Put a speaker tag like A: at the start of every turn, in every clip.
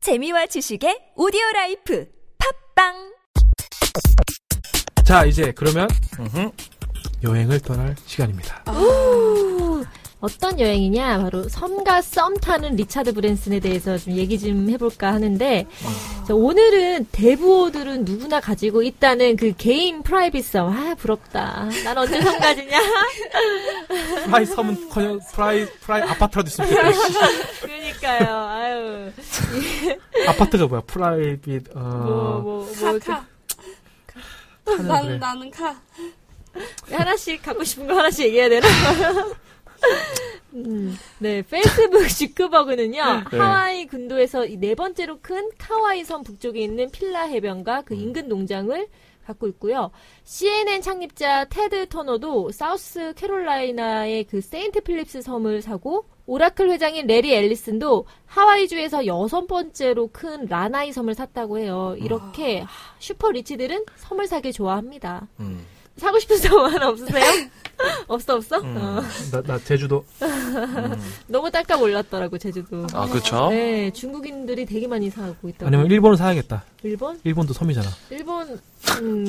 A: 재미와 지식의 오디오 라이프 팝빵
B: 자 이제 그러면 여행을 떠날 시간입니다.
C: 아, 어떤 여행이냐 바로 섬과 썸 타는 리차드 브랜슨에 대해서 좀 얘기 좀 해볼까 하는데 자, 오늘은 대부호들은 누구나 가지고 있다는 그 개인 프라이빗섬 아 부럽다 난 언제 섬 가지냐
B: 프라이 섬은 커녕 프라이 프라이 아파트라도 있으면 좋겠다.
C: 그러니까요 아유
B: 아파트가 뭐야? 프라이빗 어
C: 뭐 뭐, 뭐 이렇게
D: 카.
B: 하는
D: 나는
B: 그래.
D: 나는 카.
C: 하나씩 갖고 싶은 거 하나씩 얘기해야 되나? 음, 네, 페이스북 주크버그는요,
B: 네.
C: 하와이 군도에서 이네 번째로 큰 카와이 섬 북쪽에 있는 필라 해변과 그 인근 농장을 갖고 있고요. CNN 창립자 테드 터너도 사우스 캐롤라이나의 그 세인트 필립스 섬을 사고, 오라클 회장인 레리 앨리슨도 하와이주에서 여섯 번째로 큰 라나이 섬을 샀다고 해요. 이렇게 하, 슈퍼 리치들은 섬을 사게 좋아합니다.
E: 음.
C: 사고 싶은 사람 하나 없으세요? 없어 없어?
B: 음.
C: 어.
B: 나, 나 제주도
C: 너무 딸값 올랐더라고 제주도.
E: 음. 아, 그쵸?
C: 네, 중국인들이 되게 많이 사고 있다고.
B: 어? 아니면 일본을 사야겠다.
C: 일본?
B: 일본도 섬이잖아.
C: 일본 음,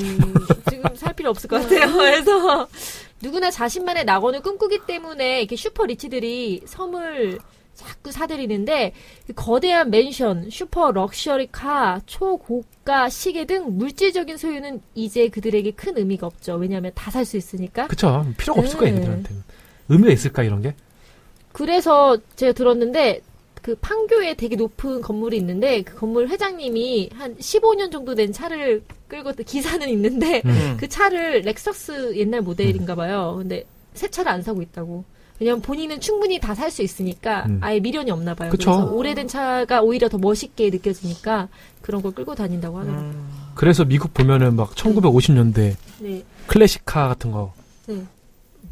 C: 지금 살 필요 없을 것 같아요. 그래서 누구나 자신만의 낙원을 꿈꾸기 때문에 이렇게 슈퍼 리치들이 섬을 자꾸 사들이는데 그 거대한 맨션, 슈퍼 럭셔리 카, 초고가 시계 등 물질적인 소유는 이제 그들에게 큰 의미가 없죠. 왜냐하면 다 살 수 있으니까.
B: 그쵸? 필요가 없을 거야
C: 네.
B: 얘네들한테는. 의미가 있을까 이런 게?
C: 그래서 제가 들었는데 그 판교에 되게 높은 건물이 있는데 그 건물 회장님이 한 15년 정도 된 차를 끌고 기사는 있는데
B: 음.
C: 그 차를 렉서스 옛날 모델인가 봐요. 근데 새 차를 안 사고 있다고. 왜냐면 본인은 충분히 다 살 수 있으니까
B: 음.
C: 아예 미련이 없나 봐요.
B: 그쵸.
C: 래서 오래된 차가 오히려 더 멋있게 느껴지니까 그런 걸 끌고 다닌다고 하더라고요.
B: 그래서 미국 보면은 막 1950년대
C: 네.
B: 클래식카 같은 거
C: 네.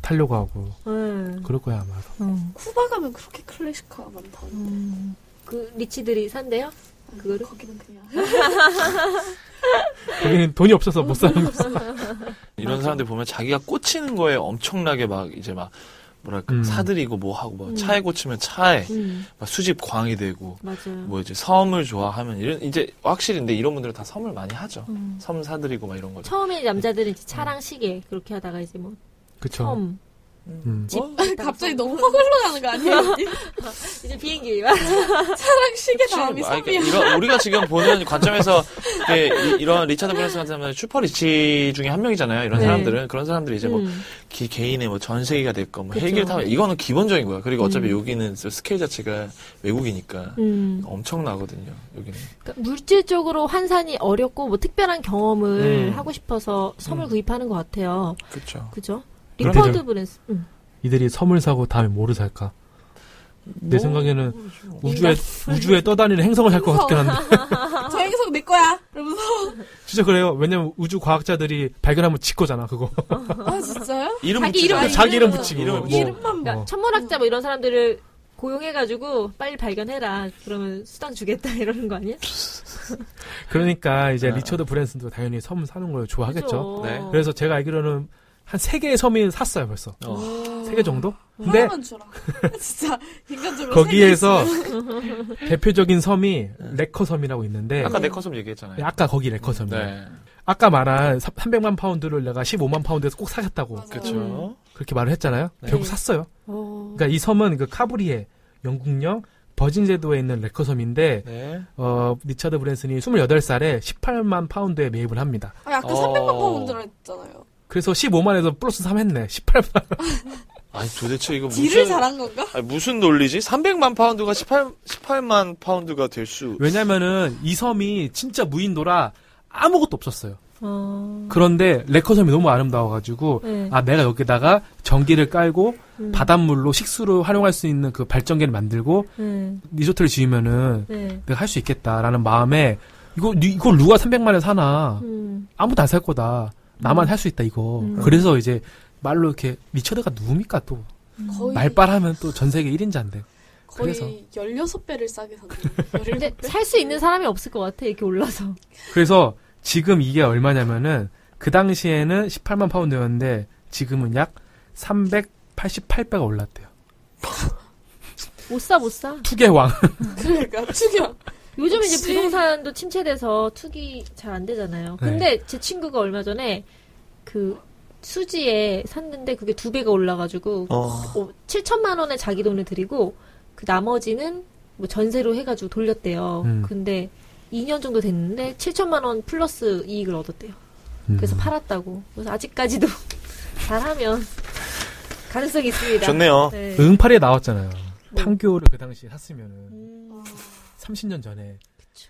B: 타려고 하고
C: 음.
B: 그럴 거야 아마.
C: 음.
D: 쿠바 가면 그렇게 클래식카가 많다.
C: 그 리치들이 산대요? 그거를?
D: 거기는 그냥.
B: 거기는 돈이 없어서 못
C: 음.
B: 사는 거.
E: 이런 사람들 보면 자기가 꽂히는 거에 엄청나게 막 이제 막 뭐랄까
B: 음.
E: 사들이고 뭐 하고 뭐
C: 음.
E: 차에 꽂히면 차에
C: 음,
E: 막 수집 광이 되고
C: 맞아요.
E: 뭐 이제 섬을 좋아하면 이런 이제 확실히 근데 이런 분들은 다 섬을 많이 하죠.
C: 음.
E: 섬 사들이고 막 이런 거죠.
C: 처음에 남자들은 이제 차랑 시계 그렇게 하다가 이제 뭐
B: 그쵸.
C: 처음
B: 음.
E: 어?
D: 갑자기 너무 확 흘러가는 거 아니야?
C: 이제 비행기
D: 차랑 시계
E: 아,
D: 다음이
E: 그러니까
D: 섬이야.
E: 이런- 우리가 지금 보는 관점에서 이게 이, 런 리차드 브랜슨 같은 사람은 슈퍼 리치 중에 한 명이잖아요. 이런
C: 네.
E: 사람들은 그런 사람들이 이제 뭐
C: 음.
E: 기- 개인의 뭐 전세기가 됐건 뭐
C: 그쵸.
E: 헬기를 타면 이거는 기본적인 거야. 그리고 어차피
C: 음.
E: 여기는 스케일 자체가 외국이니까
C: 음.
E: 엄청나거든요. 여기는
C: 그러니까 물질적으로 환산이 어렵고 뭐 특별한 경험을
E: 음.
C: 하고 싶어서 섬을
E: 음.
C: 구입하는 것 같아요.
E: 그렇죠.
C: 그죠?
B: 그럼
C: 리퍼드
B: 되죠.
C: 브랜스. 음.
B: 이들이 섬을 사고 다음에 뭐를 살까? 내 생각에는 우주에 우주에 떠다니는 행성을 살 것 같긴 한데
D: 저 행성 내 거야.
C: 아,
D: 이러면서.
B: 진짜 그래요. 왜냐면 우주 과학자들이 발견하면 지 거잖아 그거.
D: 아 진짜요?
E: 이름
C: 자기
E: 붙이지
C: 이름
E: 않아요?
C: 붙이지.
B: 자기 이름
C: 이름은-
B: 붙이고
E: 이름은
B: 뭐.
D: 이름만
C: 그러니까
B: 어.
C: 천문학자 뭐 이런 사람들을 고용해가지고 빨리 발견해라. 그러면 수당 주겠다 이러는 거 아니야?
B: 그러니까 이제
E: 아.
B: 리처드 브랜슨도 당연히 섬 사는 걸 좋아하겠죠.
C: 그죠? 어.
E: 네.
B: 그래서 제가 알기로는 한 세 개의 섬이 샀어요 벌써.
E: 어.
B: 세 개 정도?
C: 네.
B: 근데
D: 하나만 주라. 진짜 인간적으로.
B: 거기에서 대표적인 섬이 레커 섬이라고 있는데
E: 아까 내 컨셉 얘기했잖아요.
B: 아까 거기 레커 섬이에요.
E: 네,
B: 아까 말한 300만 파운드를 내가 15만 파운드에서 꼭 사겠다고
D: 맞아.
E: 그렇죠.
B: 그렇게 말을 했잖아요.
E: 네.
B: 결국 샀어요.
C: 어.
B: 그러니까 이 섬은 그 카브리에 영국령 버진제도에 있는 레커 섬인데
E: 네.
B: 어, 리처드 브랜슨이 28살에 18만 파운드에 매입을 합니다.
D: 아 아까
E: 어.
D: 300만 파운드라 했잖아요.
B: 그래서 15만에서 플러스 3 했네. 18만.
E: 아니 도대체 이거 무슨
D: 딜을 잘한 건가?
E: 아니, 무슨 논리지? 300만 파운드가 18 18만 파운드가 될 수.
B: 왜냐면은 이 섬이 진짜 무인도라 아무것도 없었어요.
C: 어.
B: 그런데 레커섬이 너무 아름다워가지고
C: 네.
B: 아 내가 여기다가 전기를 깔고
C: 음.
B: 바닷물로 식수로 활용할 수 있는 그 발전기를 만들고
C: 네.
B: 리조트를 지으면은
C: 네.
B: 내가 할 수 있겠다라는 마음에 이거 이걸 누가 300만에 사나
C: 음.
B: 아무도 안 살 거다 나만 할 수 있다 이거
C: 음.
B: 그래서 이제 말로 이렇게 리처드가 누굽니까 또
C: 음.
D: 거의
B: 말빨하면 또 전 세계 1인자인데.
D: 거의
B: 그래서.
D: 16배를 싸게 샀네.
C: 근데
D: 17배.
C: 살 수 있는 사람이 없을 것 같아 이렇게 올라서.
B: 그래서 지금 이게 얼마냐면은 그 당시에는 18만 파운드였는데 지금은 약 388배가 올랐대요.
C: 못 사 못 사.
B: 투개왕.
D: 네.
C: 어.
D: 그러니까 죽여.
C: 요즘 이제
D: 혹시-
C: 부동산도 침체돼서 투기 잘 안
B: 네.
C: 되잖아요. 근데 제 친구가 얼마 전에 그 수지에 샀는데 그게 두 배가 올라가지고
E: 어.
C: 어, 7천만 원에 자기 돈을 드리고 그 나머지는 뭐 전세로 해가지고 돌렸대요.
B: 음.
C: 근데 2년 정도 됐는데 7천만 원 플러스 이익을 얻었대요.
B: 음.
C: 그래서 팔았다고. 그래서 아직까지도 잘하면 가능성이 있습니다.
E: 좋네요.
C: 네.
B: 응팔에 나왔잖아요. 판교를 그 당시에 샀으면은
D: 아,
C: 음,
B: 30년 전에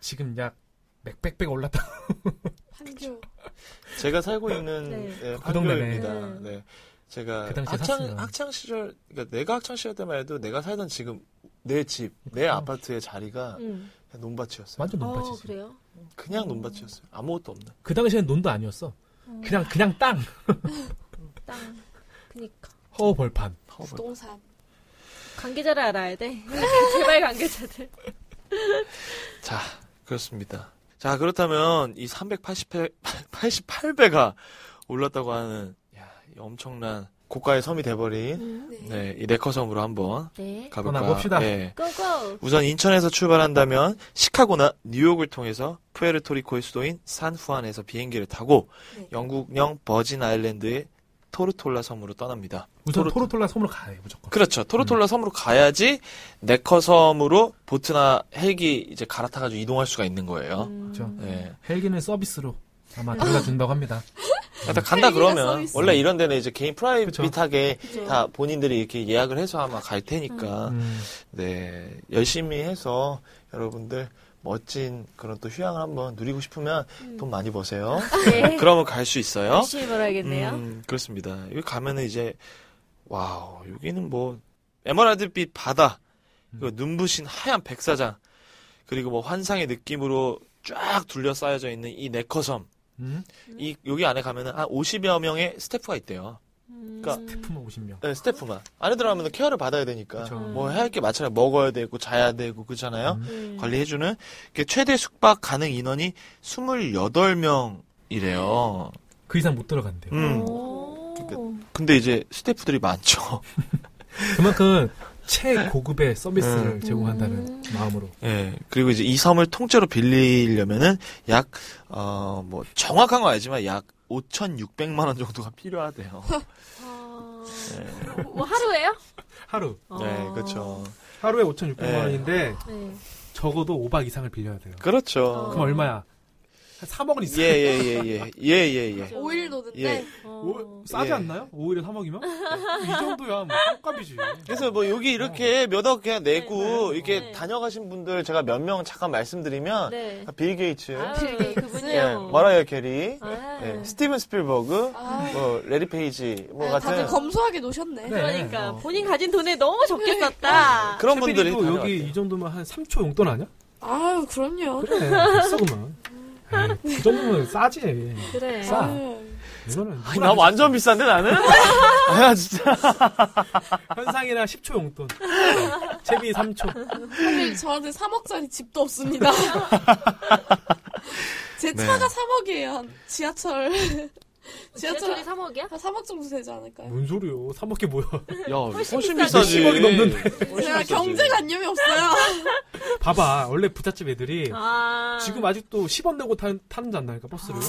B: 지금 약 맥백백 올랐다. 뭐,
D: 판교.
E: 제가 살고 있는
C: 네.
E: 네,
B: 그 동네네.
E: 판교입니다.
C: 네.
E: 네. 제가
B: 그 당시에
E: 학창
B: 샀어요.
E: 학창 시절 그러니까 내가 학창 시절 때만 해도 내가 살던 지금 내 집,
B: 음.
E: 내 아파트의 자리가
C: 음.
E: 그냥 논밭이었어요.
B: 완전
C: 어,
B: 논밭이지. 그
C: 그래요?
E: 그냥 논밭이었어요. 아무것도 없는.
B: 당시엔 논도 아니었어. 그냥 그냥 땅
C: 땅. 그니까.
B: 허허 벌판.
E: 파워볼.
D: 부동산.
C: 관계자를 알아야 돼. 제발 관계자들.
E: 자, 그렇습니다. 자, 그렇다면 이 388배가 올랐다고 하는 야, 이 엄청난 고가의 섬이 돼버린
D: 네.
E: 네, 이 레커 섬으로 한번
C: 네.
E: 가볼까.
B: 떠나봅시다.
E: 예.
C: 고고.
E: 우선 인천에서 출발한다면 시카고나 뉴욕을 통해서 푸에르토리코의 수도인 산후안에서 비행기를 타고
D: 네.
E: 영국령 버진 아일랜드의 토르톨라 섬으로 떠납니다.
B: 우선
E: 토르-
B: 토르톨라 섬으로 가요 무조건.
E: 그렇죠. 토르톨라 섬으로 가야지 네커 섬으로 보트나 헬기 이제 갈아타가지고 이동할 수가 있는 거예요.
D: 음.
B: 그렇죠.
E: 예.
B: 헬기는 서비스로 아마 데려다준다고 합니다.
E: 일단 간다
D: 헬기가 써
E: 그러면
D: 있어.
E: 원래 이런 데는 이제 개인 프라이빗하게
D: 그죠.
E: 다 본인들이 이렇게 예약을 해서 아마 갈 테니까
B: 음.
E: 네 열심히 해서 여러분들 멋진 그런 또 휴양을 한번 누리고 싶으면 돈 많이 버세요.
C: 네.
E: 아, 그러면 갈 수 있어요.
C: 열심히 벌어야겠네요.
E: 음, 그렇습니다. 여기 가면은 이제 와우 여기는 뭐 에메랄드빛 바다 그리고 눈부신 하얀 백사장 그리고 뭐 환상의 느낌으로 쫙 둘러싸여져 있는 이 네커섬
B: 음.
E: 이 여기 안에 가면은 한 50여 명의 스태프가 있대요.
C: 음.
B: 태풍 50명.
E: 네, 스태프만. 안에 들어가면 케어를 받아야 되니까.
B: 그쵸.
E: 뭐 해야 할 게 많잖아요. 먹어야 되고, 자야 되고, 그렇잖아요.
C: 음.
E: 관리해주는. 이게 최대 숙박 가능 인원이 28명이래요.
B: 그 이상 못 들어간대요.
E: 음.
C: 오.
E: 근데 이제 스태프들이 많죠.
B: 그만큼 최고급의 서비스를
E: 음.
B: 제공한다는
C: 음.
B: 마음으로.
E: 예. 그리고 이제 이 섬을 통째로 빌리려면은 약, 어, 뭐, 정확한 거 알지만 약 5,600만원 정도가 필요하대요.
C: 아.
E: 네.
C: 뭐 하루예요?
B: 하루.
E: 네,
C: 아.
E: 그렇죠.
B: 하루에 5,600만
E: 네.
B: 원인데
C: 네.
B: 적어도 5박 이상을 빌려야 돼요.
E: 그렇죠.
B: 그럼 얼마야? 한 3억은
E: 예,
B: 있어요.
E: 예, 예, 예. 예, 예, 예.
D: 5일 노는데
E: 예.
C: 어.
B: 오, 싸지
E: 예.
B: 않나요? 5일에 3억이면? 이 정도야 뭐 값값이지.
E: 그래서 뭐 여기 이렇게 몇 억 그냥 내고
B: 네.
E: 이렇게
C: 네.
E: 다녀가신 분들 제가 몇 명 잠깐 말씀드리면
C: 네.
E: 빌 게이츠,
C: 아유,
D: 네.
E: 예,
C: 그분이요.
E: 마라이어 캐리,
C: 아.
E: 예, 스티븐 스필버그,
D: 아.
E: 뭐 레리 페이지 뭐
D: 아, 다들
E: 같은
D: 검소하게 노셨네.
B: 네.
C: 그러니까
B: 어.
C: 본인 가진 돈에 너무 적게 썼다.
E: 그런 분들이
B: 또
E: 다녀왔대요.
B: 여기 이 정도면 한 3초 용돈 아니야?
D: 아유, 그럼요.
B: 그래. 네, 됐어 그만. 에이, 그 정도면 싸지.
C: 그래.
D: 네.
B: 싸.
D: 아유.
B: 이거는
E: 아니, 나 완전 비싼데 나는 아 진짜
B: 현상이나 10초 용돈. 네, 채비 3초.
D: 사실 저한테 3억짜리 집도 없습니다. 제
E: 네.
D: 차가 3억이에요. 어, 지하철. 지하철 네.
C: 지하철이 3억이야?
D: 한 3억 정도 되지 않을까요?
B: 뭔 소리요? 3억이 뭐야?
E: 야 훨씬,
B: 비싸지. 네, 10억이 넘는데. 네.
D: 제가 경제관념이 없어요.
B: 봐봐. 원래 부잣집 애들이
C: 아.
B: 지금 아직도 10원 내고 타, 타는 줄 안다니까 버스를.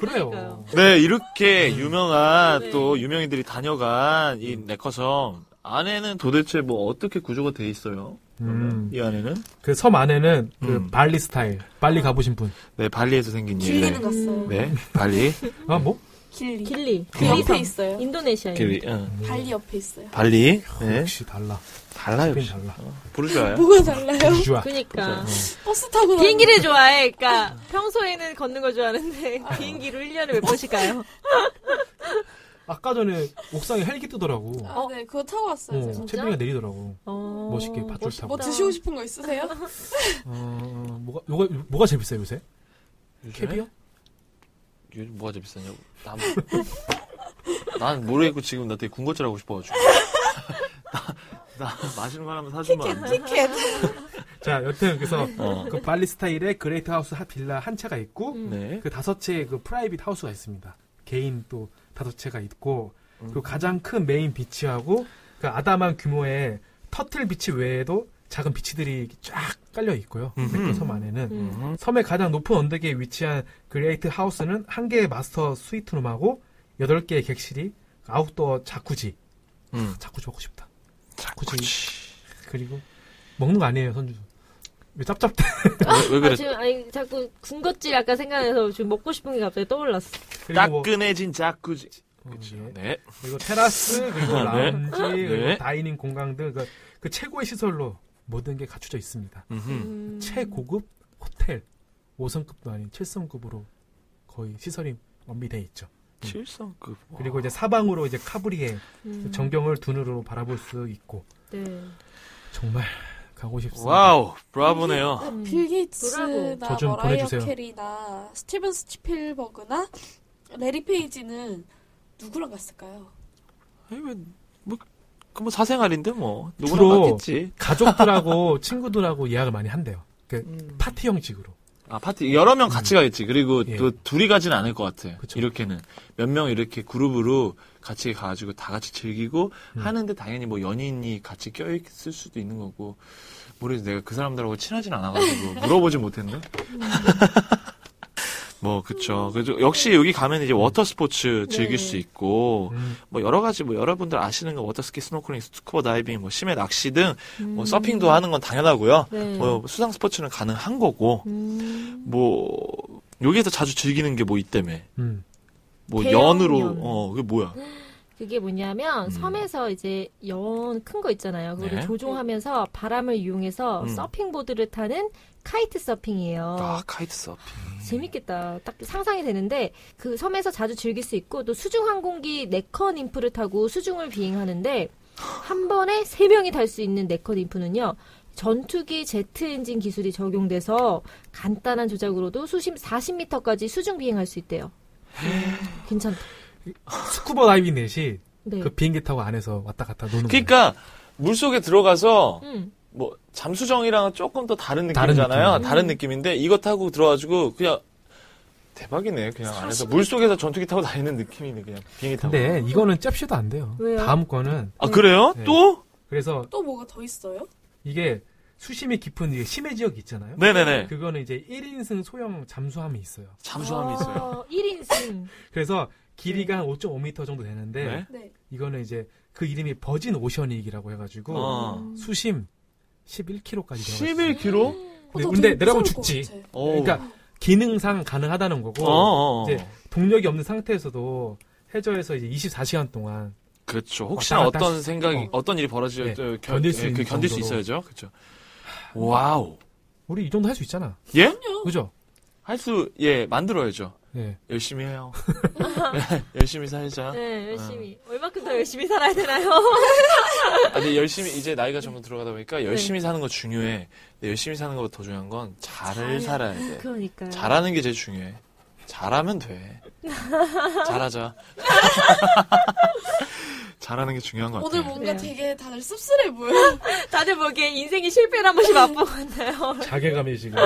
B: 그래요.
C: 아, 그러니까요.
E: 네 이렇게 유명한
C: 네.
E: 또 유명인들이 다녀간 이
B: 음.
E: 네커섬 안에는 도대체 뭐 어떻게 구조가 돼 있어요?
B: 음.
E: 이 안에는
B: 그 섬 안에는 그
E: 음.
B: 발리 스타일. 빨리 가보신 분.
E: 네 발리에서 생긴 일.
D: 길리는 갔어요.
E: 네 발리
B: 아 뭐?
D: 길리.
C: 길리.
D: 그
C: 길리
D: 옆에
C: 섬.
D: 있어요.
C: 인도네시아.
E: 길리 응.
D: 발리 옆에 있어요.
E: 발리.
B: 아,
E: 네. 어.
B: 역시 달라.
E: 달라요.
B: 스페인 달라. 네.
E: 부르주아요. 어. 그렇죠.
D: 뭐가 달라요?
B: 주아.
C: 그니까.
D: 버스 타고
C: 비행기를 좋아해. 그러니까 평소에는 걷는 걸 좋아하는데 비행기로 1년에 몇 번씩 가요.
B: 아까 전에 옥상에 헬기 뜨더라고.
D: 다니는-
B: 어,
D: 아, 네, 그거 타고 왔어요. 제가.
C: 진짜?
B: 채비가 내리더라고.
C: 어.
B: 멋있게 밧줄 타고.
D: 뭐 드시고 싶은 거 있으세요?
B: 어, 뭐가 뭐가 뭐가 제일 비싸요 요새? 캐비어?
E: 요즘 뭐가 제일 비싸냐고. 난, 난 모르겠고 지금 나 되게 군것질 하고 싶어가지고. 나, 나 마시는 거 하나만 사주면 안 돼?
D: 티켓.
B: 자, 여튼 그래서
E: 어.
B: 그 발리 스타일의 그레이트 하우스 하- 빌라 한 채가 있고
E: 네.
B: 그 다섯 채의 그 프라이빗 하우스가 있습니다. 개인 또 다섯 채가 있고
E: 음.
B: 그리고 가장 큰 메인 비치하고 그 아담한 규모의 터틀 비치 외에도 작은 비치들이 쫙 깔려 있고요.
E: 음.
B: 그 섬 안에는
C: 음.
B: 섬의 가장 높은 언덕에 위치한 그레이트 하우스는 한 개의 마스터 스위트룸하고 여덟 개의 객실이 아웃도어 자쿠지.
E: 음.
B: 자쿠지 먹고 싶다.
E: 자꾸지.
B: 그리고 먹는 거 아니에요, 선주. 왜 짭짭대?
E: 왜, 왜
C: 아,
E: 그래?
C: 지금 아니 자꾸 군것질 아까 생각나서 지금 먹고 싶은 게 갑자기 떠올랐어.
B: 그리고 뭐-
E: 따끈해진 자꾸지. 그치.
B: 어, 예.
E: 네.
B: 그리고 테라스, 그리고
E: 네.
B: 라운지,
E: 네.
B: 그리고 다이닝 공간 등그 그 최고의 시설로 모든 게 갖춰져 있습니다.
E: 음흠.
D: 음.
B: 최고급 호텔 5성급도 아닌 7성급으로 거의 시설이 완비돼 있죠.
E: 칠성급. 와.
B: 그리고 이제 사방으로 이제 카브리에
C: 음.
B: 전경을 두 눈으로 바라볼 수 있고
C: 네.
B: 정말 가고 싶습니다.
E: 와우, 브라보네요.
D: 그
C: 음.
D: 빌
C: 뭐라고?
D: 게이츠나
B: 저좀
D: 머라이어
B: 보내주세요.
D: 캐리나 스티븐 스피버그나 레리 페이지는 누구랑 갔을까요?
E: 아니, 왜, 뭐, 그뭐 사생활인데 뭐
B: 주로-
E: 누구나 갔겠지.
B: 가족들하고 친구들하고 예약을 많이 한대요. 그
E: 음.
B: 파티 형식으로.
E: 아 파티 여러 명 같이 가겠지. 그리고
B: 예.
E: 또 둘이 가진 않을 것 같아.
B: 그쵸.
E: 이렇게는 몇 명 이렇게 그룹으로 같이 가가지고 다 같이 즐기고
B: 음.
E: 하는데 당연히 뭐 연인이 같이 껴있을 수도 있는 거고 모르겠어. 내가 그 사람들하고 친하진 않아가지고 물어보지 못했네. 뭐 그쵸. 그래서 역시 여기 가면 이제 워터 스포츠
C: 네.
E: 즐길 수 있고
B: 음,
E: 뭐 여러 가지 뭐 여러분들 아시는 거 워터스키, 스노클링, 스쿠버 다이빙, 뭐 심해 낚시 등 뭐
C: 음.
E: 서핑도 하는 건 당연하고요.
C: 네.
E: 뭐 수상 스포츠는 가능한 거고
C: 음.
E: 뭐 여기에서 자주 즐기는 게 뭐 있다며
B: 음.
E: 뭐
C: 대형
E: 연으로
C: 연. 음.
E: 어 그게 뭐야
C: 그게 뭐냐면
E: 음.
C: 섬에서 이제 연 큰 거 있잖아요. 그거를
E: 네.
C: 조종하면서 바람을 이용해서
E: 음.
C: 서핑보드를 타는 카이트 서핑이에요.
E: 아 카이트
B: 음.
E: 서핑
C: 재밌겠다. 딱 상상이 되는데 그 섬에서 자주 즐길 수 있고 또 수중 항공기 네컨 인프를 타고 수중을 비행하는데 한 번에 세 명이 탈 수 있는 네컨 인프는요. 전투기 제트 엔진 기술이 적용돼서 간단한 조작으로도 수심 40m까지 수중 비행할 수 있대요. 괜찮다.
B: 스쿠버 다이빙 넷이
C: 네.
B: 그 비행기 타고 안에서 왔다 갔다 노는 거예요.
E: 그러니까 물 속에 들어가서
C: 음.
E: 뭐 잠수정이랑은 조금 또 다른
B: 다른
E: 느낌이잖아요 다른,
B: 느낌.
E: 느낌인데 이거 타고 들어가지고 그냥 대박이네 그냥 안에서 물 속에서 전투기 타고 다니는 느낌이네 그냥 비행기 타고
B: 근데 이거는 잽시도 안 돼요.
C: 왜요?
B: 다음 거는
E: 아 그래요
B: 네.
E: 또
B: 그래서
D: 또 뭐가 더 있어요?
B: 이게 수심이 깊은 이게 심해 지역 이 있잖아요.
E: 네네네
B: 그거는 이제 1인승 소형 잠수함이 있어요.
E: 잠수함이 있어요
C: 1인승.
B: 그래서 길이가 한 5.5m 정도 되는데
E: 네?
D: 네.
B: 이거는 이제 그 이름이 버진 오셔닉이라고 해가지고
E: 어
B: 수심 11km까지 들어가 있어요.
E: 11km
D: 어, 나
B: 근데
D: 되게
B: 내려가면
D: 무서울 것
B: 죽지.
D: 같아.
B: 아, 네. 그러니까 기능상 가능하다는 거고
E: 어, 어.
B: 이제 동력이 없는 상태에서도 해저에서 이제 24시간 동안
E: 그렇죠. 혹시나
B: 왔다 갔다
E: 어떤 생각이
B: 어.
E: 어떤 일이 벌어지죠.
B: 네,
E: 견,
B: 견딜 수
E: 예, 그
B: 있는
E: 견딜 수
B: 정도로.
E: 있어야죠. 그렇죠. 와우.
B: 우리 이 정도 할 수 있잖아.
E: 예?
B: 그죠?
E: 할 수 예 만들어야죠.
B: 예.
E: 열심히 해요. 예, 열심히 살자.
C: 네, 열심히. 얼마큼 더 열심히 살아야 되나요?
E: 아, 근데 열심히 이제 나이가 점점 들어가다 보니까 열심히 사는 거 중요해. 근데 열심히 사는 것보다 더 중요한 건 잘을 살아야 돼.
C: 그러니까요.
E: 잘하는 게 제일 중요해. 잘하면 돼. 잘하자. 잘하는 게 중요한 것 같아.
D: 오늘 어, 뭐 뭔가
C: 네.
D: 되게 다들 씁쓸해 보여.
C: 다들 보기에 인생이 실패를 한 번씩 맛보고 왔나요?
B: 자괴감이 지금.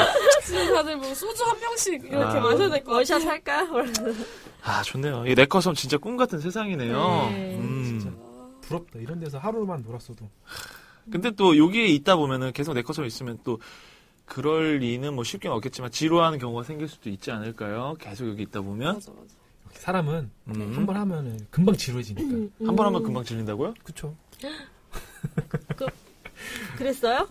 D: 지금 다들 뭐 소주 한 병씩 이렇게
E: 아.
D: 마셔야 될 것 같아.
C: 원샷 할까?
E: 아 좋네요. 이 레커섬 진짜 꿈 같은 세상이네요.
C: 네,
E: 음.
B: 부럽다. 이런 데서 하루만 놀았어도.
E: 근데 또 여기에 있다 보면은 계속 내 것처럼 있으면 또 그럴 리는 뭐 쉽게는 없겠지만 지루한 경우가 생길 수도 있지 않을까요? 계속 여기 있다 보면
D: 맞아, 맞아.
B: 사람은
E: 음.
B: 네, 한 번 음. 하면은 금방 지루해지니까.
E: 한 번 하면 금방 질린다고요?
B: 그쵸?
C: 그랬어요?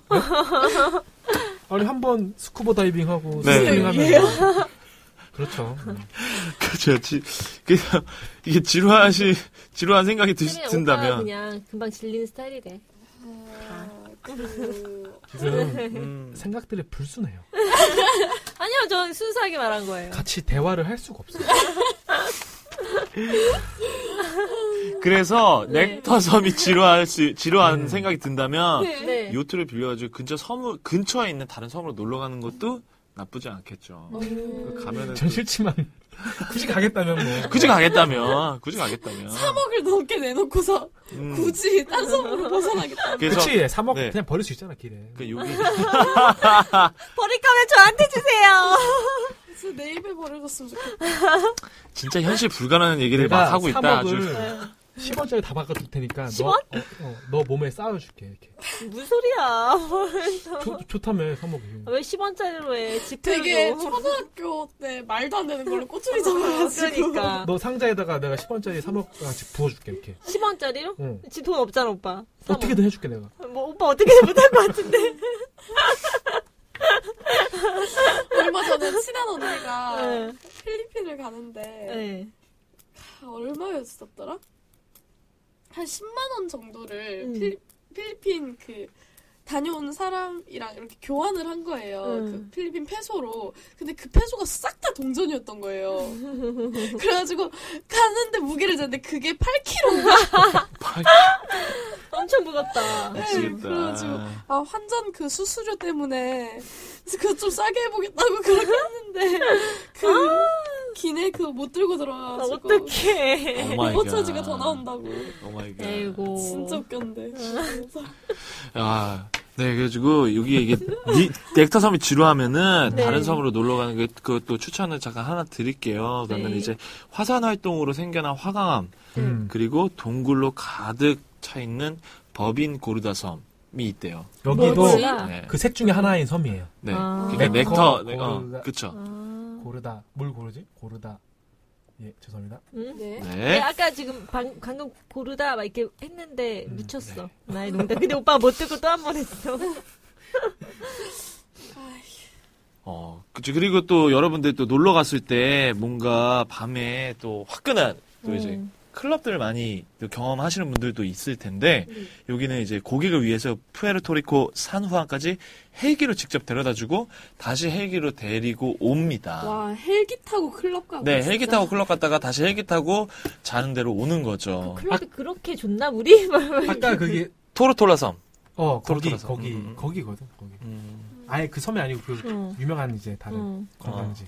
B: 아니 한 번 스쿠버 다이빙 하고
E: 네.
B: 스노클링 하면 그렇죠.
E: 그렇죠. 지, 그래서 이게 지루하시 지루한 생각이 드,
C: 그냥 오빠가
E: 든다면
C: 그냥 금방 질리는 스타일이래.
D: 아, 그...
B: 지금
E: 음,
B: 생각들이 불순해요.
C: 아니요, 전 순수하게 말한 거예요.
B: 같이 대화를 할 수가 없어요.
E: 그래서
C: 네.
E: 넥터 섬이 지루할 수
B: 네.
E: 지루한 생각이 든다면
C: 네.
E: 요트를 빌려가지고 근처 섬 근처에 있는 다른 섬으로 놀러 가는 것도 나쁘지 않겠죠.
C: 어.
E: 그 가면은
B: 전
E: 또-
B: 싫지만 굳이 가겠다면 뭐.
E: 굳이 가겠다면 굳이 가겠다면
D: 3억을 넘게 내놓고서
E: 음.
D: 굳이 딴 섬으로 벗어나겠다.
E: 그래서
B: 그치 3억
E: 네.
B: 그냥 버릴 수 있잖아 길에.
E: 그 여기
C: 버릴 거면 저한테 주세요.
D: 그래서 내 입에 버려줬으면 좋겠다.
E: 진짜 현실 불가능한 얘기를
B: 내가
E: 막 하고 있다.
B: 3억을
E: 아주
B: 10원짜리 다 바꿔줄 테니까
C: 10원?
B: 너, 어, 어, 너 몸에 쌓아줄게 이렇게
C: 무슨 소리야?
B: 좋, 좋다며 사먹이
C: 왜 10원짜리로 해? 지폐로
D: 되게
C: 줘.
D: 초등학교 때 말도 안 되는 걸로 꼬투리 잡아가지고.
C: 그러니까
B: 너 상자에다가 내가 10원짜리 사먹까지 아, 부어줄게 이렇게 어.
C: 10원짜리로?
B: 응.
C: 지금 돈 없잖아 오빠. 사 먹어.
B: 어떻게든 해줄게 내가
C: 뭐 오빠 어떻게든 못할 것 같은데.
D: 얼마 전에 친한 언니가
C: 네.
D: 필리핀을 가는데
C: 네.
D: 얼마였었더라? 한 10만 원 정도를
C: 음.
D: 필, 필리핀 그 다녀온 사람이랑 이렇게 교환을 한 거예요.
C: 음.
D: 그 필리핀 페소로. 근데 그 페소가 싹 다 동전이었던 거예요. 그래가지고 가는데 무게를 쟀는데 그게 8kg.
C: 엄청 무겁다.
D: 네, 그래가지고 아 환전 그 수수료 때문에 그거 좀 싸게 해보겠다고 그렇게 했는데 그 기내 그거 못 들고
C: 아,
D: 들어와가지고
C: 어떡해.
D: 네, 버차지가 더 나온다고.
E: 오마이갓.
C: 아이고.
D: 진짜
C: 네.
D: 웃겼는데.
E: 아, 네, 그래가지고, 여기 이게, 니, 넥타 섬이 지루하면은,
C: 네.
E: 다른 섬으로 놀러 가는 게, 그것도 추천을 잠깐 하나 드릴게요. 그러면
C: 네.
E: 이제, 화산 활동으로 생겨난 화강암,
B: 음.
E: 그리고 동굴로 가득 차 있는 법인 고르다 섬이 있대요.
B: 여기도
C: 뭐지?
D: 아.
E: 네.
B: 그 셋 중에 하나인 섬이에요
E: 네.
C: 아.
E: 그러니까
B: 넥터,
E: 넥터, 네, 어,
B: 고르다.
E: 그쵸.
C: 아.
B: 고르다 뭘 고르지? 고르다 예 죄송합니다
C: 응?
D: 네.
C: 네,
E: 네.
C: 아까 지금 방, 방금 고르다 막 이렇게 했는데
B: 음,
C: 묻혔어. 나의 농담. 근데 오빠 못 듣고 또 한 번 했어.
E: 어, 그치. 그리고 또 여러분들 또 놀러 갔을 때, 뭔가 밤에 또 화끈한, 또 이제,
C: 음.
E: 클럽들 많이 또 경험하시는 분들도 있을 텐데 여기는 이제 고객을 위해서 푸에르토리코 산후암까지 헬기로 직접 데려다주고 다시 헬기로 데리고 옵니다.
D: 와 헬기 타고 클럽 가고.
E: 네,
D: 진짜.
E: 헬기 타고 클럽 갔다가 다시 헬기 타고 자는 데로 오는 거죠.
C: 클럽이 그렇게 좋나 우리?
B: 아까 그게
E: 토르톨라 섬. 음.
B: 어 거기
E: 돌아서.
B: 거기
E: 음, 음.
B: 거기거든 거기 아예 그 섬이 아니고 그
C: 어.
B: 유명한 이제 다른
C: 어.
B: 관광지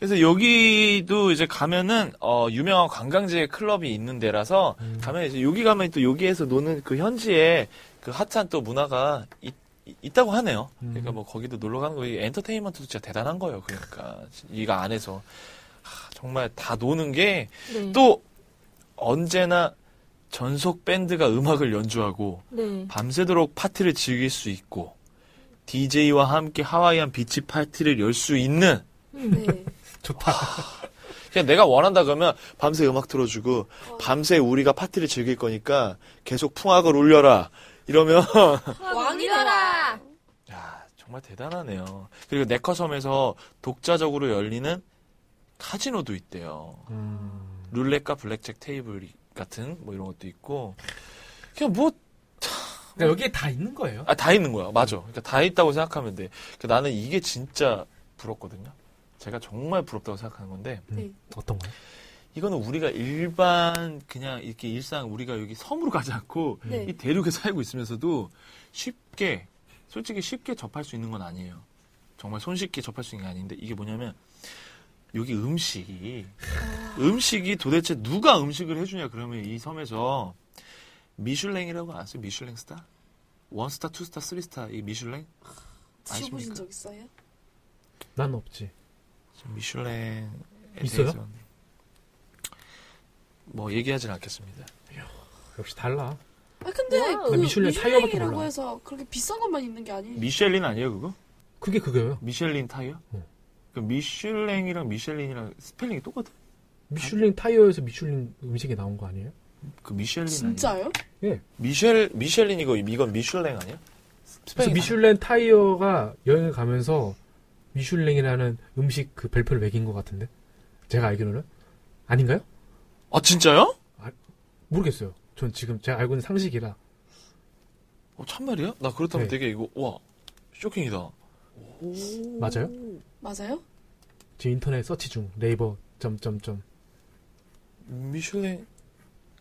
E: 그래서 여기도 이제 가면은 어 유명한 관광지의 클럽이 있는 데라서
B: 음.
E: 가면 이제 여기 가면 또 여기에서 노는 그 현지에 그 핫한 또 문화가 있, 다고 하네요.
B: 음.
E: 그러니까 뭐 거기도 놀러 가는 거 이 엔터테인먼트도 진짜 대단한 거예요. 그러니까 이가 안에서 하, 정말 다 노는 게 또
C: 네.
E: 언제나 전속 밴드가 음악을 연주하고
C: 네.
E: 밤새도록 파티를 즐길 수 있고 DJ와 함께 하와이안 비치 파티를 열 수 있는
C: 음.
D: 네.
B: 좋다
E: 그냥 내가 원한다 그러면 밤새 음악 틀어주고 밤새 우리가 파티를 즐길 거니까 계속 풍악을 울려라 이러면
D: 왕이더라.
E: 야 정말 대단하네요. 그리고 네커섬에서 독자적으로 열리는 카지노도 있대요.
B: 음.
E: 룰렛과 블랙잭 테이블 같은 뭐 이런 것도 있고 그냥 뭐
B: 그러니까 여기에 다 있는 거예요
E: 아, 다 있는 거야. 맞아. 그러니까 다 있다고 생각하면 돼. 그러니까 나는 이게 진짜 부럽거든요. 제가 정말 부럽다고 생각하는 건데
D: 네.
B: 어떤 거요?
E: 이거는 우리가 일반 그냥 이렇게 일상 우리가 여기 섬으로 가지 않고
D: 네.
E: 이 대륙에 살고 있으면서도 쉽게 솔직히 쉽게 접할 수 있는 건 아니에요. 정말 손쉽게 접할 수 있는 게 아닌데 이게 뭐냐면 여기 음식이 음식이 도대체 누가 음식을 해주냐 그러면 이 섬에서 미슐랭이라고 아세요? 미슐랭 스타? 원 스타, 투 스타, 쓰리 스타 이 미슐랭?
D: 드셔보신
E: 아십니까?
D: 적 있어요?
B: 난 없지
E: 미슐랭에
B: 있어요?
E: 대해서 뭐 얘기하진 않겠습니다.
B: 역시 달라
D: 아 근데
C: 와우.
D: 그
B: 미슐랭 타이어밖에
D: 미슐랭이라고
B: 몰라.
D: 해서 그렇게 비싼 것만 있는 게 아니에요.
E: 미셸린 아니에요 그거?
B: 그게 그거예요
E: 미셸린 타이어?
B: 응.
E: 그 미슐랭이랑 미셸린이랑 스펠링이 똑같아?
B: 미슐랭 타이어에서 미슐랭 음식이 나온 거 아니에요?
E: 그 미셸린 아니야?
D: 진짜요?
E: 미셸 미셸린 이거 이건 미슐랭 아니야?
B: 그래서
C: 그러니까.
E: 스펠링
B: 미슐랭 타이어가 여행을 가면서 미슐랭이라는 음식 그 별표를 매긴 것 같은데 제가 알기로는 아닌가요?
E: 아니야? 아 진짜요?
B: 모르겠어요 전 지금 제가 알고 있는 상식이라
E: 어, 참말이야? 나 그렇다면
B: 네.
E: 되게 이거 와 쇼킹이다.
B: 맞아요?
D: 맞아요?
B: 지금 인터넷 서치 중 네이버 점점점
E: 미슐랭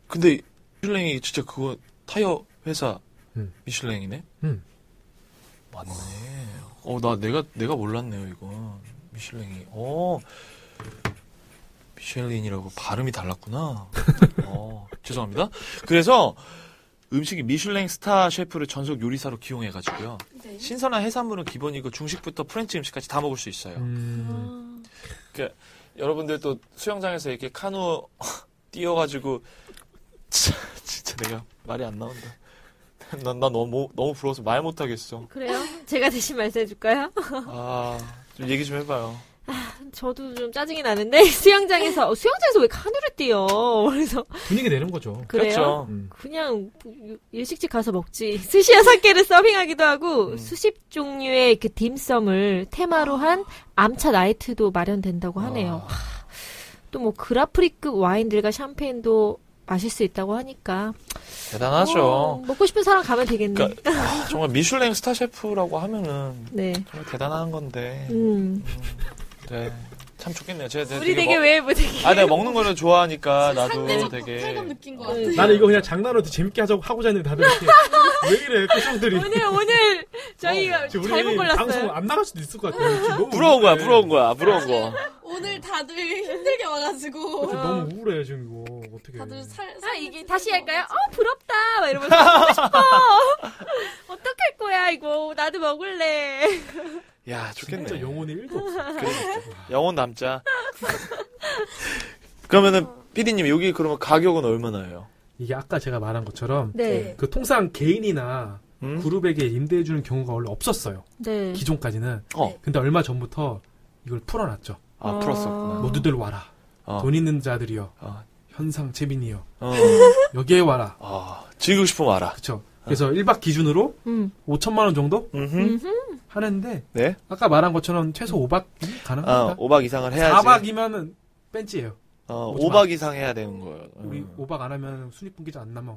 E: 근데 미슐랭이 진짜 그거 타이어 회사
B: 응.
E: 미슐랭이네?
B: 응.
E: 맞네. 어 나 내가 내가 몰랐네요 이거 미슐랭이. 어 미슐린이라고 발음이 달랐구나. 어 죄송합니다. 그래서 음식이 미슐랭 스타 셰프를 전속 요리사로 기용해가지고요.
D: 네.
E: 신선한 해산물은 기본이고 중식부터 프렌치 음식까지 다 먹을 수 있어요.
B: 음,
C: 아,
E: 여러분들 또 수영장에서 이렇게 카누 뛰어가지고 차- 내가 말이 안 나온다. 난, 나 너무, 너무 부러워서 말 못하겠어.
C: 그래요? 제가 대신 말씀해줄까요?
E: 아, 좀 얘기 좀 해봐요.
C: 저도 좀 짜증이 나는데 수영장에서 어, 수영장에서 왜 카누를 뛰어? 그래서
B: 분위기 내는 거죠.
C: 그래요.
E: 그렇죠.
B: 음.
C: 그냥 일식집 가서 먹지. 스시야 사케를 서빙하기도 하고
E: 음.
C: 수십 종류의 그 딤섬을 테마로 한 암차 나이트도 마련된다고 하네요.
E: 아,
C: 또 뭐 그라프리급 와인들과 샴페인도 마실 수 있다고 하니까 어,
E: 대단하죠.
C: 먹고 싶은 사람 가면 되겠네.
E: 그러니까 아, 정말 미슐랭 스타 셰프라고 하면은
C: 네.
E: 정말 대단한 건데.
C: 음.
E: 네. 참 좋겠네요. 제가 되게
C: 우리 되게
E: 먹-
C: 왜 못해?
E: 아, 내가 먹는 거를 좋아하니까 나도
D: 상대적
E: 되게
D: 박탈감 느낀 것
C: 음.
D: 같아.
B: 나는 이거 그냥 장난으로 재밌게 하자고 하고자 했는데 다들 이렇게 왜 이래 표정들이.
C: 오늘 오늘 저희가
B: 어, 지금 우리 방송
C: 잘못 골랐어요.
B: 안 나갈 수도 있을 것 같아요. 지금 너무
E: 부러운 거야,
B: 우울해.
E: 부러운 거야, 부러운 거. 뭐.
D: 오늘 다들 힘들게
B: 지금
D: 와가지고
B: 너무 우울해 지금 이거 어떻게.
D: 다들 살.
C: 아
D: 살
C: 이게
D: 찌는
C: 다시
D: 것
C: 할까요?
D: 같아.
C: 어 부럽다 막 이러면서 먹고 싶어. 어떡할 거야 이거 나도 먹을래.
E: 야, 좋겠네.
B: 진짜 영혼이 1도
C: 아.
B: 없어.
E: 영혼 남자. 그러면은 피디님 여기 그러면 가격은 얼마나예요?
B: 이게 아까 제가 말한 것처럼
C: 네.
B: 그 통상 개인이나
E: 음?
B: 그룹에게 임대해 주는 경우가 원래 없었어요.
C: 네.
B: 기존까지는.
E: 어,
B: 근데 얼마 전부터 이걸 풀어놨죠.
E: 아 풀었었구나.
B: 모두들 와라.
E: 어.
B: 돈 있는 자들이여.
E: 어.
B: 현상 채민이여.
E: 어,
B: 여기에 와라.
E: 어, 즐기고 싶으면 와라.
B: 그쵸.
E: 아.
B: 그래서 1박 기준으로
C: 음.
B: 5천만 원 정도
E: 음흠.
B: 하는데
E: 네.
B: 아까 말한 것처럼 최소 5박
E: 아,
B: 가능합니다.
E: 5박 이상을 해야지.
B: 4박이면은 벤치예요.
E: 어,
B: 오지 마.
E: 5박 이상 해야 되는 거예요.
B: 우리
E: 음.
B: 5박 안 하면 순위분기자 안 남아.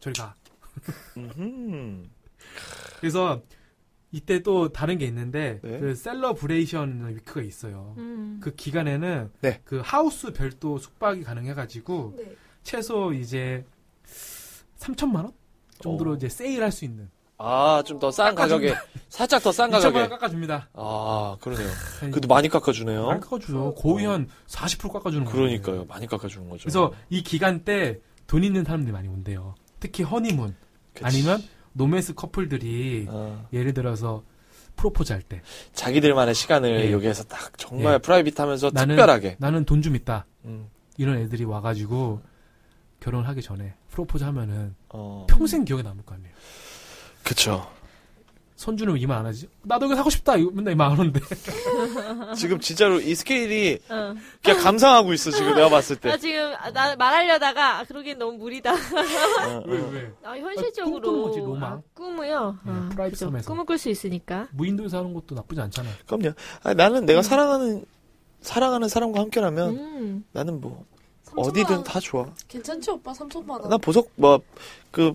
B: 저리 가.
E: 음흠.
B: 그래서 이때 또 다른 게 있는데
E: 네.
B: 그 셀러브레이션 위크가 있어요.
C: 음.
B: 그 기간에는
E: 네.
B: 그 하우스 별도 숙박이 가능해가지고
D: 네.
B: 최소 이제 3천만 원 정도로
E: 오.
B: 이제 세일할 수 있는
E: 아, 좀 더 싼 가격에 살짝 더 싼
B: 2천만 원
E: 가격에.
B: 깎아줍니다.
E: 아, 그러네요. 그래도 많이
B: 안 음.
E: 깎아주네요.
B: 깎아줘요. 거의 한 40% 깎아주는 거예요.
E: 그러니까요, 많이 깎아주는 거죠.
B: 그래서 이 기간 때 돈 있는 사람들이 많이 온대요. 특히 허니문
E: 그치.
B: 아니면 노매스 커플들이
E: 어,
B: 예를 들어서 프로포즈 할 때
E: 자기들만의 시간을
B: 예.
E: 여기에서 딱 정말
B: 예.
E: 프라이빗하면서
B: 나는-
E: 특별하게.
B: 나는 돈 좀 있다
E: 음,
B: 이런 애들이 와가지고 결혼하기 전에 프로포즈 하면은
E: 어,
B: 평생 기억에 남을 거 아니에요.
E: 그쵸.
B: 선주는 이만 안 하지. 나도 이거 사고 싶다. 이거 맨날 이만 안 하는데.
E: 어. 지금 진짜로 이 스케일이
C: 어.
B: 네.
E: 그냥 감상하고 있어 지금 내가 봤을 때.
C: 나 지금 아, 나 말하려다가 아, 그러기엔 너무 무리다.
E: 어, 어.
B: 왜?
C: 아,
B: 아, 꿈 꾸는
C: 현실적으로
B: 거지, 로망.
C: 아, 꿈이요.
B: 네,
C: 아,
B: 프라이빗
C: 그죠.
B: 섬에서.
C: 꿈을 꿀 수 있으니까.
B: 무인도에서 하는 것도 나쁘지 않잖아. 요
E: 그럼요. 아니, 나는 내가 사랑하는 사랑하는 사람과 함께라면
C: 음.
E: 나는 뭐
D: 삼천만
E: 어디든
D: 원
E: 다 좋아.
D: 괜찮지 오빠 3천만
E: 나
D: 원.
E: 보석 뭐그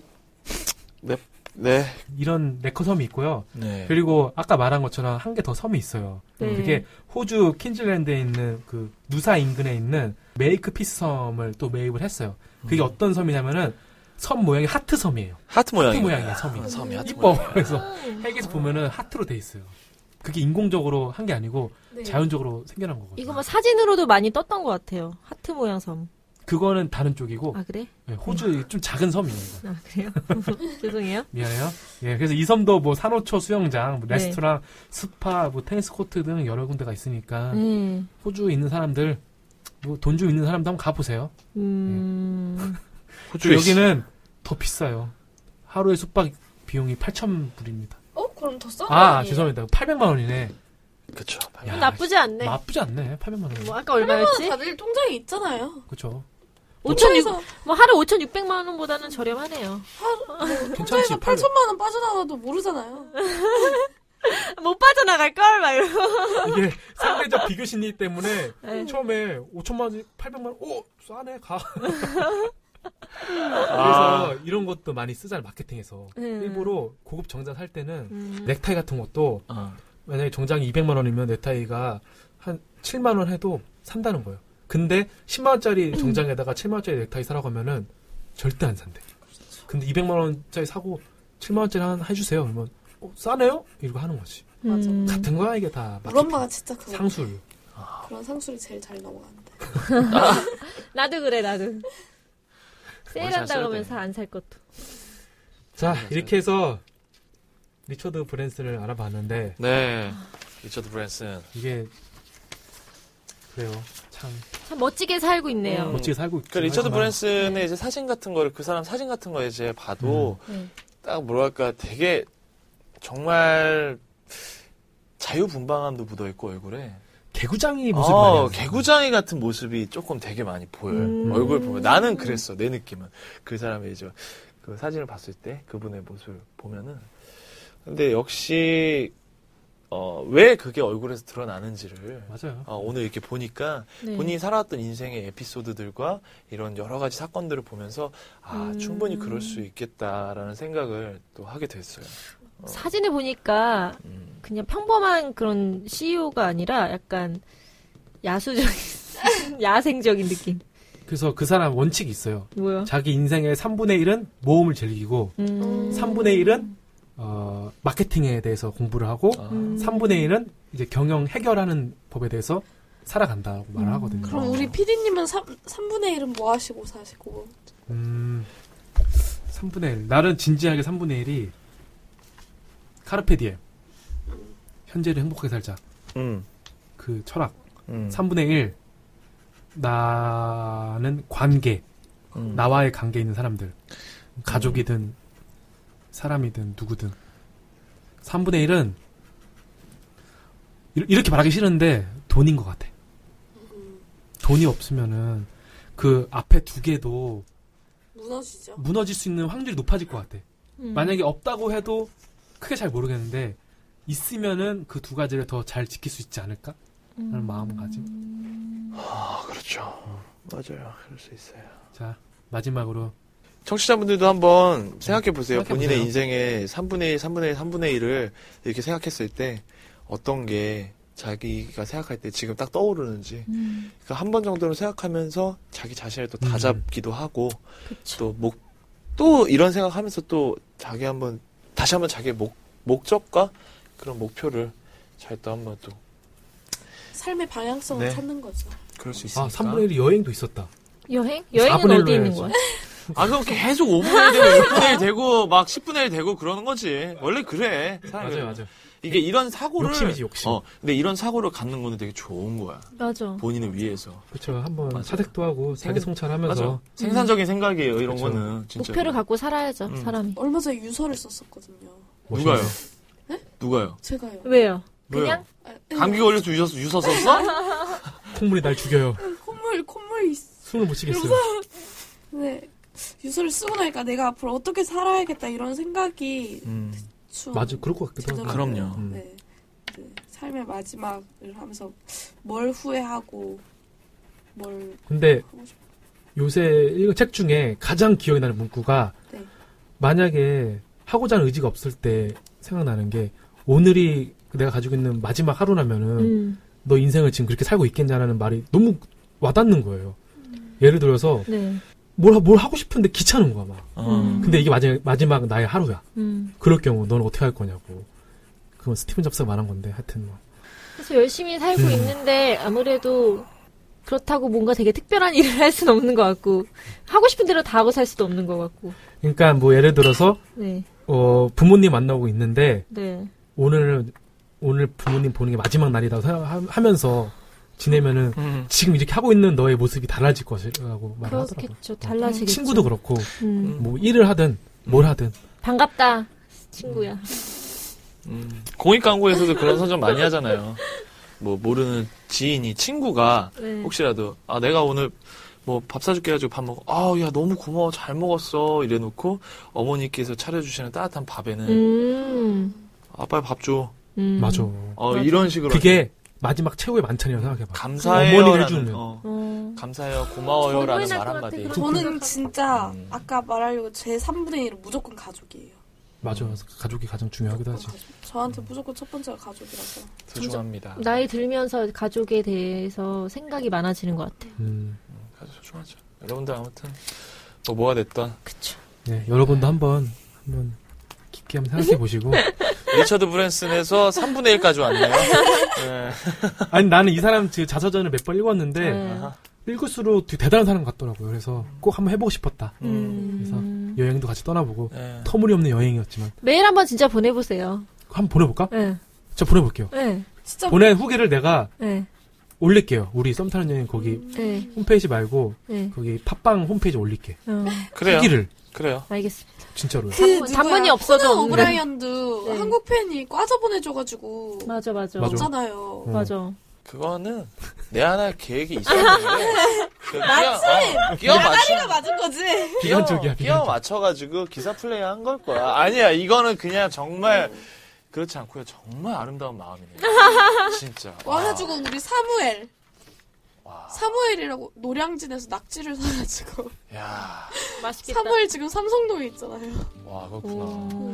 E: 네. 네.
B: 이런 네커 섬이 있고요.
E: 네.
B: 그리고 아까 말한 것처럼 한 개 더 섬이 있어요.
C: 네.
B: 그게 호주 킨즐랜드에 있는 그 누사 인근에 있는 메이크 피스 섬을 또 매입을 했어요.
E: 음.
B: 그게 어떤 섬이냐면은 섬 모양이 하트 섬이에요.
E: 하트 모양이.
B: 하트 모양이야, 섬이.
E: 아, 섬이 하트
B: 이뻐.
E: 모양.
B: 그래서 헬기에서 보면은 하트로 돼 있어요. 그게 인공적으로 한 게 아니고
D: 네.
B: 자연적으로 생겨난 거거든요.
C: 이거 뭐 사진으로도 많이 떴던 것 같아요. 하트 모양 섬.
B: 그거는 다른 쪽이고
C: 아 그래?
B: 예, 호주 좀 작은 섬이에요. 이거.
C: 아 그래요? 죄송해요.
B: 미안해요. 예, 그래서 이 섬도 뭐 산호초 수영장, 뭐
C: 네.
B: 레스토랑, 스파, 뭐 테니스 코트 등 여러 군데가 있으니까
C: 네.
B: 호주에 있는 사람들, 뭐 돈 좀 있는 사람들 한번 가보세요.
C: 음.
E: 호주에 있어.
B: 여기는 더 비싸요. 하루에 숙박 비용이 8천 불입니다.
D: 어 그럼 더 싸?
B: 아, 죄송합니다. 800만 원이네.
E: 그쵸.
B: 야,
C: 예. 나쁘지 않네.
B: 나쁘지 않네. 800만 원.
C: 뭐 아까 얼마였지?
D: 다들 통장이 있잖아요.
B: 그렇죠.
C: 5,600.
D: 통장에서
C: 뭐 하루 5,600만 원보다는 저렴하네요.
B: 괜찮지.
D: 통장에서 8천만 원 빠져나와도 모르잖아요.
C: 못 빠져나갈 걸 막 이러고.
B: 이게 상대적 비교 심리 때문에
C: 네.
B: 처음에 5천만 원, 800만 원, 오 싸네 가.
E: 아.
B: 아. 그래서 이런 것도 많이 쓰잖아요 마케팅에서
C: 음.
B: 일부러 네. 고급 정장 살 때는 넥타이 같은 것도
E: 어.
B: 만약에 정장이 200만 원이면 넥타이가 한 7만 원 해도 산다는 거예요. 근데 10만 원짜리
C: 음.
B: 정장에다가 7만 원짜리 넥타이 사라고 하면은 절대 안 산대.
C: 그렇죠.
B: 근데 200만 원짜리 사고 7만 원짜리 하나 해주세요. 그러면 어, 싸네요? 이러고 하는 거지.
D: 맞아.
C: 음.
B: 같은 거야 이게 다
D: 우리
B: 마케팅
D: 엄마가 진짜 그거
B: 상술.
D: 그런 상술이 제일 잘 넘어가는데.
C: 나도 그래 나도.
E: 잘 써야
C: 세일한다 그러면서
E: 돼.
C: 안 살 것도.
B: 자 이렇게 해서 리처드 브랜슨을 알아봤는데
E: 네. 리처드 브랜슨.
B: 이게 그래요. 참
C: 참 멋지게 살고 있네요.
B: 멋지게 살고 있죠.
E: 그 리처드
B: 하지만
E: 브랜슨의
C: 네.
E: 이제 사진 같은 거를 그 사람 사진 같은 거 이제 봐도
B: 음.
C: 네.
E: 딱 뭐랄까 되게 정말 자유분방함도 묻어 있고 얼굴에
B: 개구장이 모습 많이
E: 어,
B: 나요.
E: 개구장이 같은 모습이 조금 되게 많이 보여요.
C: 음.
E: 얼굴 보면 나는 그랬어 내 느낌은 그 사람의 이제 그 사진을 봤을 때 그분의 모습을 보면은 근데 역시 어, 왜 그게 얼굴에서 드러나는지를
B: 맞아요.
E: 어, 오늘 이렇게 보니까
C: 네.
E: 본인이 살아왔던 인생의 에피소드들과 이런 여러 가지 사건들을 보면서 아
C: 음.
E: 충분히 그럴 수 있겠다라는 생각을 또 하게 됐어요.
C: 사진을 보니까
E: 음.
C: 그냥 평범한 그런 CEO가 아니라 약간 야수적인 야생적인 느낌.
B: 그래서 그 사람 원칙이 있어요.
C: 뭐요?
B: 자기 인생의 3분의 1은 모험을 즐기고
C: 음.
B: 3분의 1은 어, 마케팅에 대해서 공부를 하고
E: 아,
C: 음.
B: 3분의 1은 이제 경영 해결하는 법에 대해서 살아간다고 말을 하거든요.
D: 그럼 우리 PD님은 3, 분의 1은 뭐 하시고 사시고
B: 음, 3분의 1. 나는 진지하게 3분의 1이 카르페디엠. 현재를 행복하게 살자.
E: 음,
B: 그 철학.
E: 음,
B: 3분의 1. 나는 관계.
E: 음.
B: 나와의 관계 있는 사람들. 가족이든, 사람이든, 누구든. 3분의 1은, 이렇게 말하기 싫은데, 돈인 것 같아. 돈이 없으면은, 그 앞에 두 개도
D: 무너지죠.
B: 무너질 수 있는 확률이 높아질 것 같아.
C: 음.
B: 만약에 없다고 해도 크게 잘 모르겠는데, 있으면은 그 두 가지를 더 잘 지킬 수 있지 않을까? 라는 마음가짐.
E: 아 그렇죠. 맞아요. 그럴 수 있어요.
B: 자, 마지막으로.
E: 청취자분들도 한번 생각해 보세요.
B: 생각해보세요.
E: 본인의 인생의 3분의 1, 3분의 1, 3분의 1을 이렇게 생각했을 때 어떤 게 자기가 생각할 때 지금 딱 떠오르는지 그러니까
C: 음.
E: 한 번 정도는 생각하면서 자기 자신을 또
B: 음.
E: 다잡기도 하고
C: 그쵸.
E: 또 목, 또 이런 생각하면서 또 자기 한번 다시 한번 자기의 목, 목적과 그런 목표를 잘 또 한번 또
D: 삶의 방향성을
E: 네.
D: 찾는 거죠.
E: 그럴 수
B: 아, 3분의 1이 여행도 있었다.
C: 여행? 여행은
B: 4분의
C: 어디
B: 1로
C: 있는
B: 해야지.
C: 거야?
E: 아, 그럼 계속 5분의 1 되고 6분의 1 되고 막 10분의 1 되고 그러는 거지. 원래 그래. 사람이.
B: 맞아요, 맞아요.
E: 이게 이런 사고를
B: 욕심이지, 욕심.
E: 어, 근데 이런 사고를 갖는 거는 되게 좋은 거야.
C: 맞아.
E: 본인을 위해서.
B: 그렇죠.
E: 맞아요.
B: 한번 사색도 하고 자기
E: 맞아.
B: 성찰하면서
E: 생산적인 생각이에요. 이런
B: 그쵸.
E: 거는 진짜.
C: 목표를 갖고 살아야죠,
E: 음.
C: 사람이.
D: 얼마 전에 유서를 썼었거든요.
E: 누가요?
B: 멋있네.
E: 누가요?
D: 제가요.
C: 왜요?
E: 왜요?
C: 그냥?
D: 아, 네.
E: 감기 걸려서 유서 유서 썼어?
B: 콧물이 날 죽여요.
D: 콧물 콧물 있-
B: 숨을 못 쉬겠어요.
D: 네. 유서를 쓰고 나니까 내가 앞으로 어떻게 살아야겠다 이런 생각이
E: 음.
D: 좀
B: 맞아, 그럴 것 같기도 하고.
D: 들더라고요.
E: 그럼요.
B: 음.
D: 네. 네. 삶의 마지막을 하면서 뭘 후회하고 뭘
B: 근데
D: 하고 싶어.
B: 요새 읽은 책 중에 가장 기억에 나는 문구가
D: 네.
B: 만약에 하고자 하는 의지가 없을 때 생각나는 게 오늘이 내가 가지고 있는 마지막 하루라면은
C: 음.
B: 너 인생을 지금 그렇게 살고 있겠냐라는 말이 너무 와닿는 거예요. 예를 들어서
C: 네.
B: 뭘, 뭘 하고 싶은데 귀찮은 거야 막.
E: 음.
B: 근데 이게 마지막, 마지막 나의 하루야.
C: 음.
B: 그럴 경우 넌 어떻게 할 거냐고. 그건 스티븐 잡스가 말한 건데 하여튼 뭐.
C: 그래서 열심히 살고
B: 음.
C: 있는데 아무래도 그렇다고 뭔가 되게 특별한 일을 할 수는 없는 것 같고 하고 싶은 대로 다 하고 살 수도 없는 것 같고
B: 그러니까 뭐 예를 들어서
C: 네,
B: 어, 부모님 만나고 있는데
C: 네,
B: 오늘 오늘 부모님 보는 게 마지막 날이라고 생각하면서 지내면은
E: 음.
B: 지금 이렇게 하고 있는 너의 모습이 달라질 것이라고 말하더라고.
C: 그렇겠죠. 달라지겠죠.
B: 친구도 그렇고
C: 음.
B: 뭐 일을 하든 뭘 하든
C: 반갑다, 친구야.
E: 음. 공익 광고에서도 그런 선전 많이 하잖아요. 뭐 모르는 지인이 친구가
C: 네.
E: 혹시라도 아 내가 오늘 뭐 밥 사줄게 해가지고 밥 먹어 아야 너무 고마워 잘 먹었어 이래놓고 어머니께서 차려주시는 따뜻한 밥에는
C: 음,
E: 아빠 밥줘
C: 음.
B: 맞아.
E: 어
C: 맞아.
E: 이런 식으로
B: 그게 마지막 최후의 만찬이라고 생각해봐.
E: 감사해요
B: 어머니가 해주는.
E: 어,
C: 어.
E: 감사해요 고마워요라는
C: 절분할
E: 말
C: 것
E: 한마디
B: 네.
C: 같아, 그런
D: 저는 진짜
E: 음.
D: 아까 말하려고 제 3분의 1은 무조건 가족이에요.
B: 맞아. 가족이 가장 중요하기도 하지.
D: 가족. 저한테 무조건 첫 번째가 가족이라서.
E: 소중합니다
C: 나이 들면서 가족에 대해서 생각이 많아지는 것 같아요.
B: 음.
E: 아주 소중하죠 여러분들 아무튼 또 뭐가 됐던
C: 그쵸.
B: 네, 여러분도 한번 한번 깊게 한번 생각해 보시고.
E: 리처드 브랜슨에서 3분의 1까지 왔네요 네.
B: 아니 나는 이 사람 그 자서전을 몇 번 읽었는데
C: 네.
B: 읽을수록 되게 대단한 사람 같더라고요. 그래서 꼭 한번 해보고 싶었다.
E: 음.
B: 그래서 여행도 같이 떠나보고
E: 네.
B: 터무니없는 여행이었지만
C: 매일 한번 진짜 보내보세요.
B: 한번 보내볼까?
C: 예,
B: 저 보내볼게요.
C: 예,
D: 진짜
B: 보낸 후기를 내가
C: 예.
B: 올릴게요. 우리 썸 타는 여행 거기
C: 네,
B: 홈페이지 말고
C: 네.
B: 거기 팟빵 홈페이지 올릴게.
C: 어,
F: 그래요.
B: 후기를
F: 그래요.
C: 알겠습니다.
B: 진짜로요.
C: 단문- 단문이 없어도
D: 그 코난
C: 없는.
D: 오브라이언도
C: 네.
D: 한국 팬이 꽈자 보내줘가지고
C: 맞아, 맞아.
B: 맞아.
D: 없잖아요.
B: 어.
C: 맞아.
F: 그거는 내 하나 계획이 있었는데 그 끼워, 어, 끼워 맞춰
D: 맞은 거지.
F: 끼워, 끼워
B: 비관적이야, 비관적.
F: 맞춰가지고 기사 플레이 한 걸 거야. 아니야 이거는 그냥 정말
C: 음.
F: 그렇지 않고요. 정말 아름다운 마음이네요. 진짜.
D: 와 해주고 우리 사무엘
F: 와.
D: 사무엘이라고 노량진에서 낙지를 사가지고
F: 야.
C: 맛있겠다.
D: 사무엘 지금 삼성동에 있잖아요.
F: 와 그렇구나.
C: 오.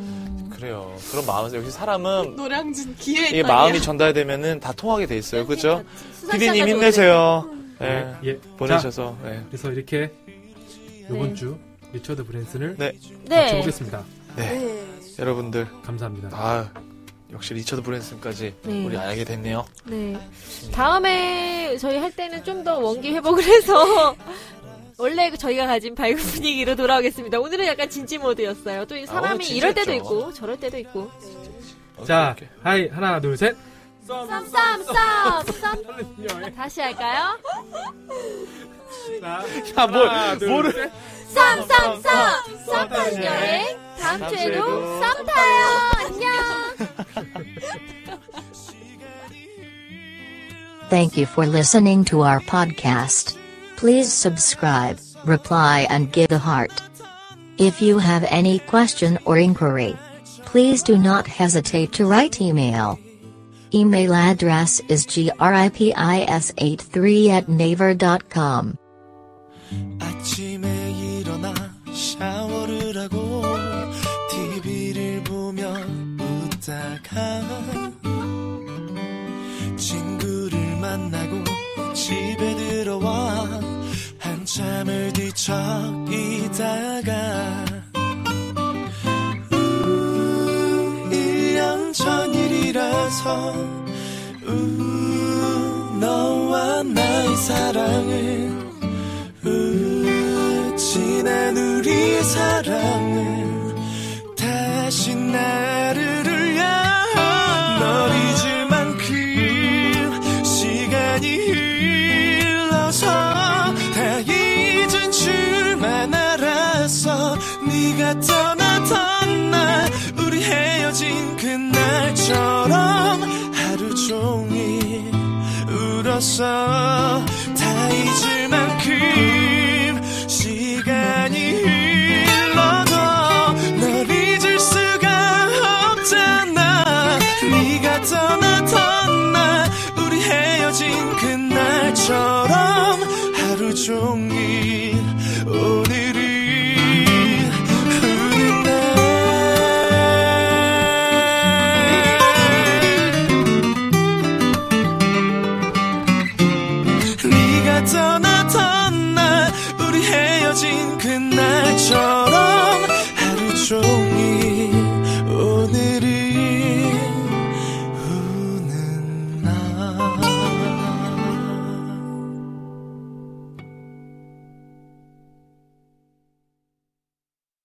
F: 그래요. 그런 마음에서 역시 사람은
D: 노량진 기회
E: 예,
F: 이게 마음이 전달되면은 다 통하게 돼 있어요. 그죠?
C: 네, 음. 수산시장
F: 피디님
C: 가져오세요.
F: 힘내세요. 예.
B: 예. 자,
F: 보내셔서. 예.
B: 그래서 이렇게 이번
C: 네.
B: 주 리처드 브랜슨을
F: 네.
B: 아,
C: 네.
B: 맞춰보겠습니다.
F: 네. 여러분들.
B: 감사합니다.
F: 아 역시 리처드 브랜슨까지
C: 네.
F: 우리 알게 됐네요.
C: 네. 다음에 저희 할 때는 좀 더 원기 회복을 해서 원래 저희가 가진 밝은 분위기로 돌아오겠습니다. 오늘은 약간 진지 모드였어요. 또 이
F: 아, 오늘
C: 사람이
F: 진지했죠.
C: 이럴 때도 있고 저럴 때도 있고.
B: 자,
F: 어떻게.
B: 하이 하나 둘 셋.
C: 쌈쌈쌈 쌈. 다시 할까요?
F: 아, 뭘, 뭐를.
C: 쌈쌈쌈 쌈탄 여행 다음
F: 다음
C: 주에도
F: 주에도
C: 쌈 타요. 안녕.
G: Thank you for listening to our podcast. Please subscribe, reply, and give a heart. If you have any question or inquiry, please do not hesitate to write email. Email address is gripis83 at naver.com.
E: 아침에 일어나 샤워를 하고 TV를 보며 웃다가 친구를 만나고 집에 들어와 한참을 뒤척이다가 음, 1년 전 일이라서 우, 너와 나의 사랑을 우, 지난 우리 사랑은 다시 나를 울려 널 잊을 만큼 시간이 흘러서 다 잊은 줄만 알았어 네가 떠나던 날 우리 헤어진 그날처럼 하루 종일 울었어 다 잊을 만큼 시간이 흘러도 널 잊을 수가 없잖아 네가 떠나던 날 우리 헤어진 그날처럼 하루 종일 오늘은 우는 날 네가 떠나던 날 우리 헤어진 그날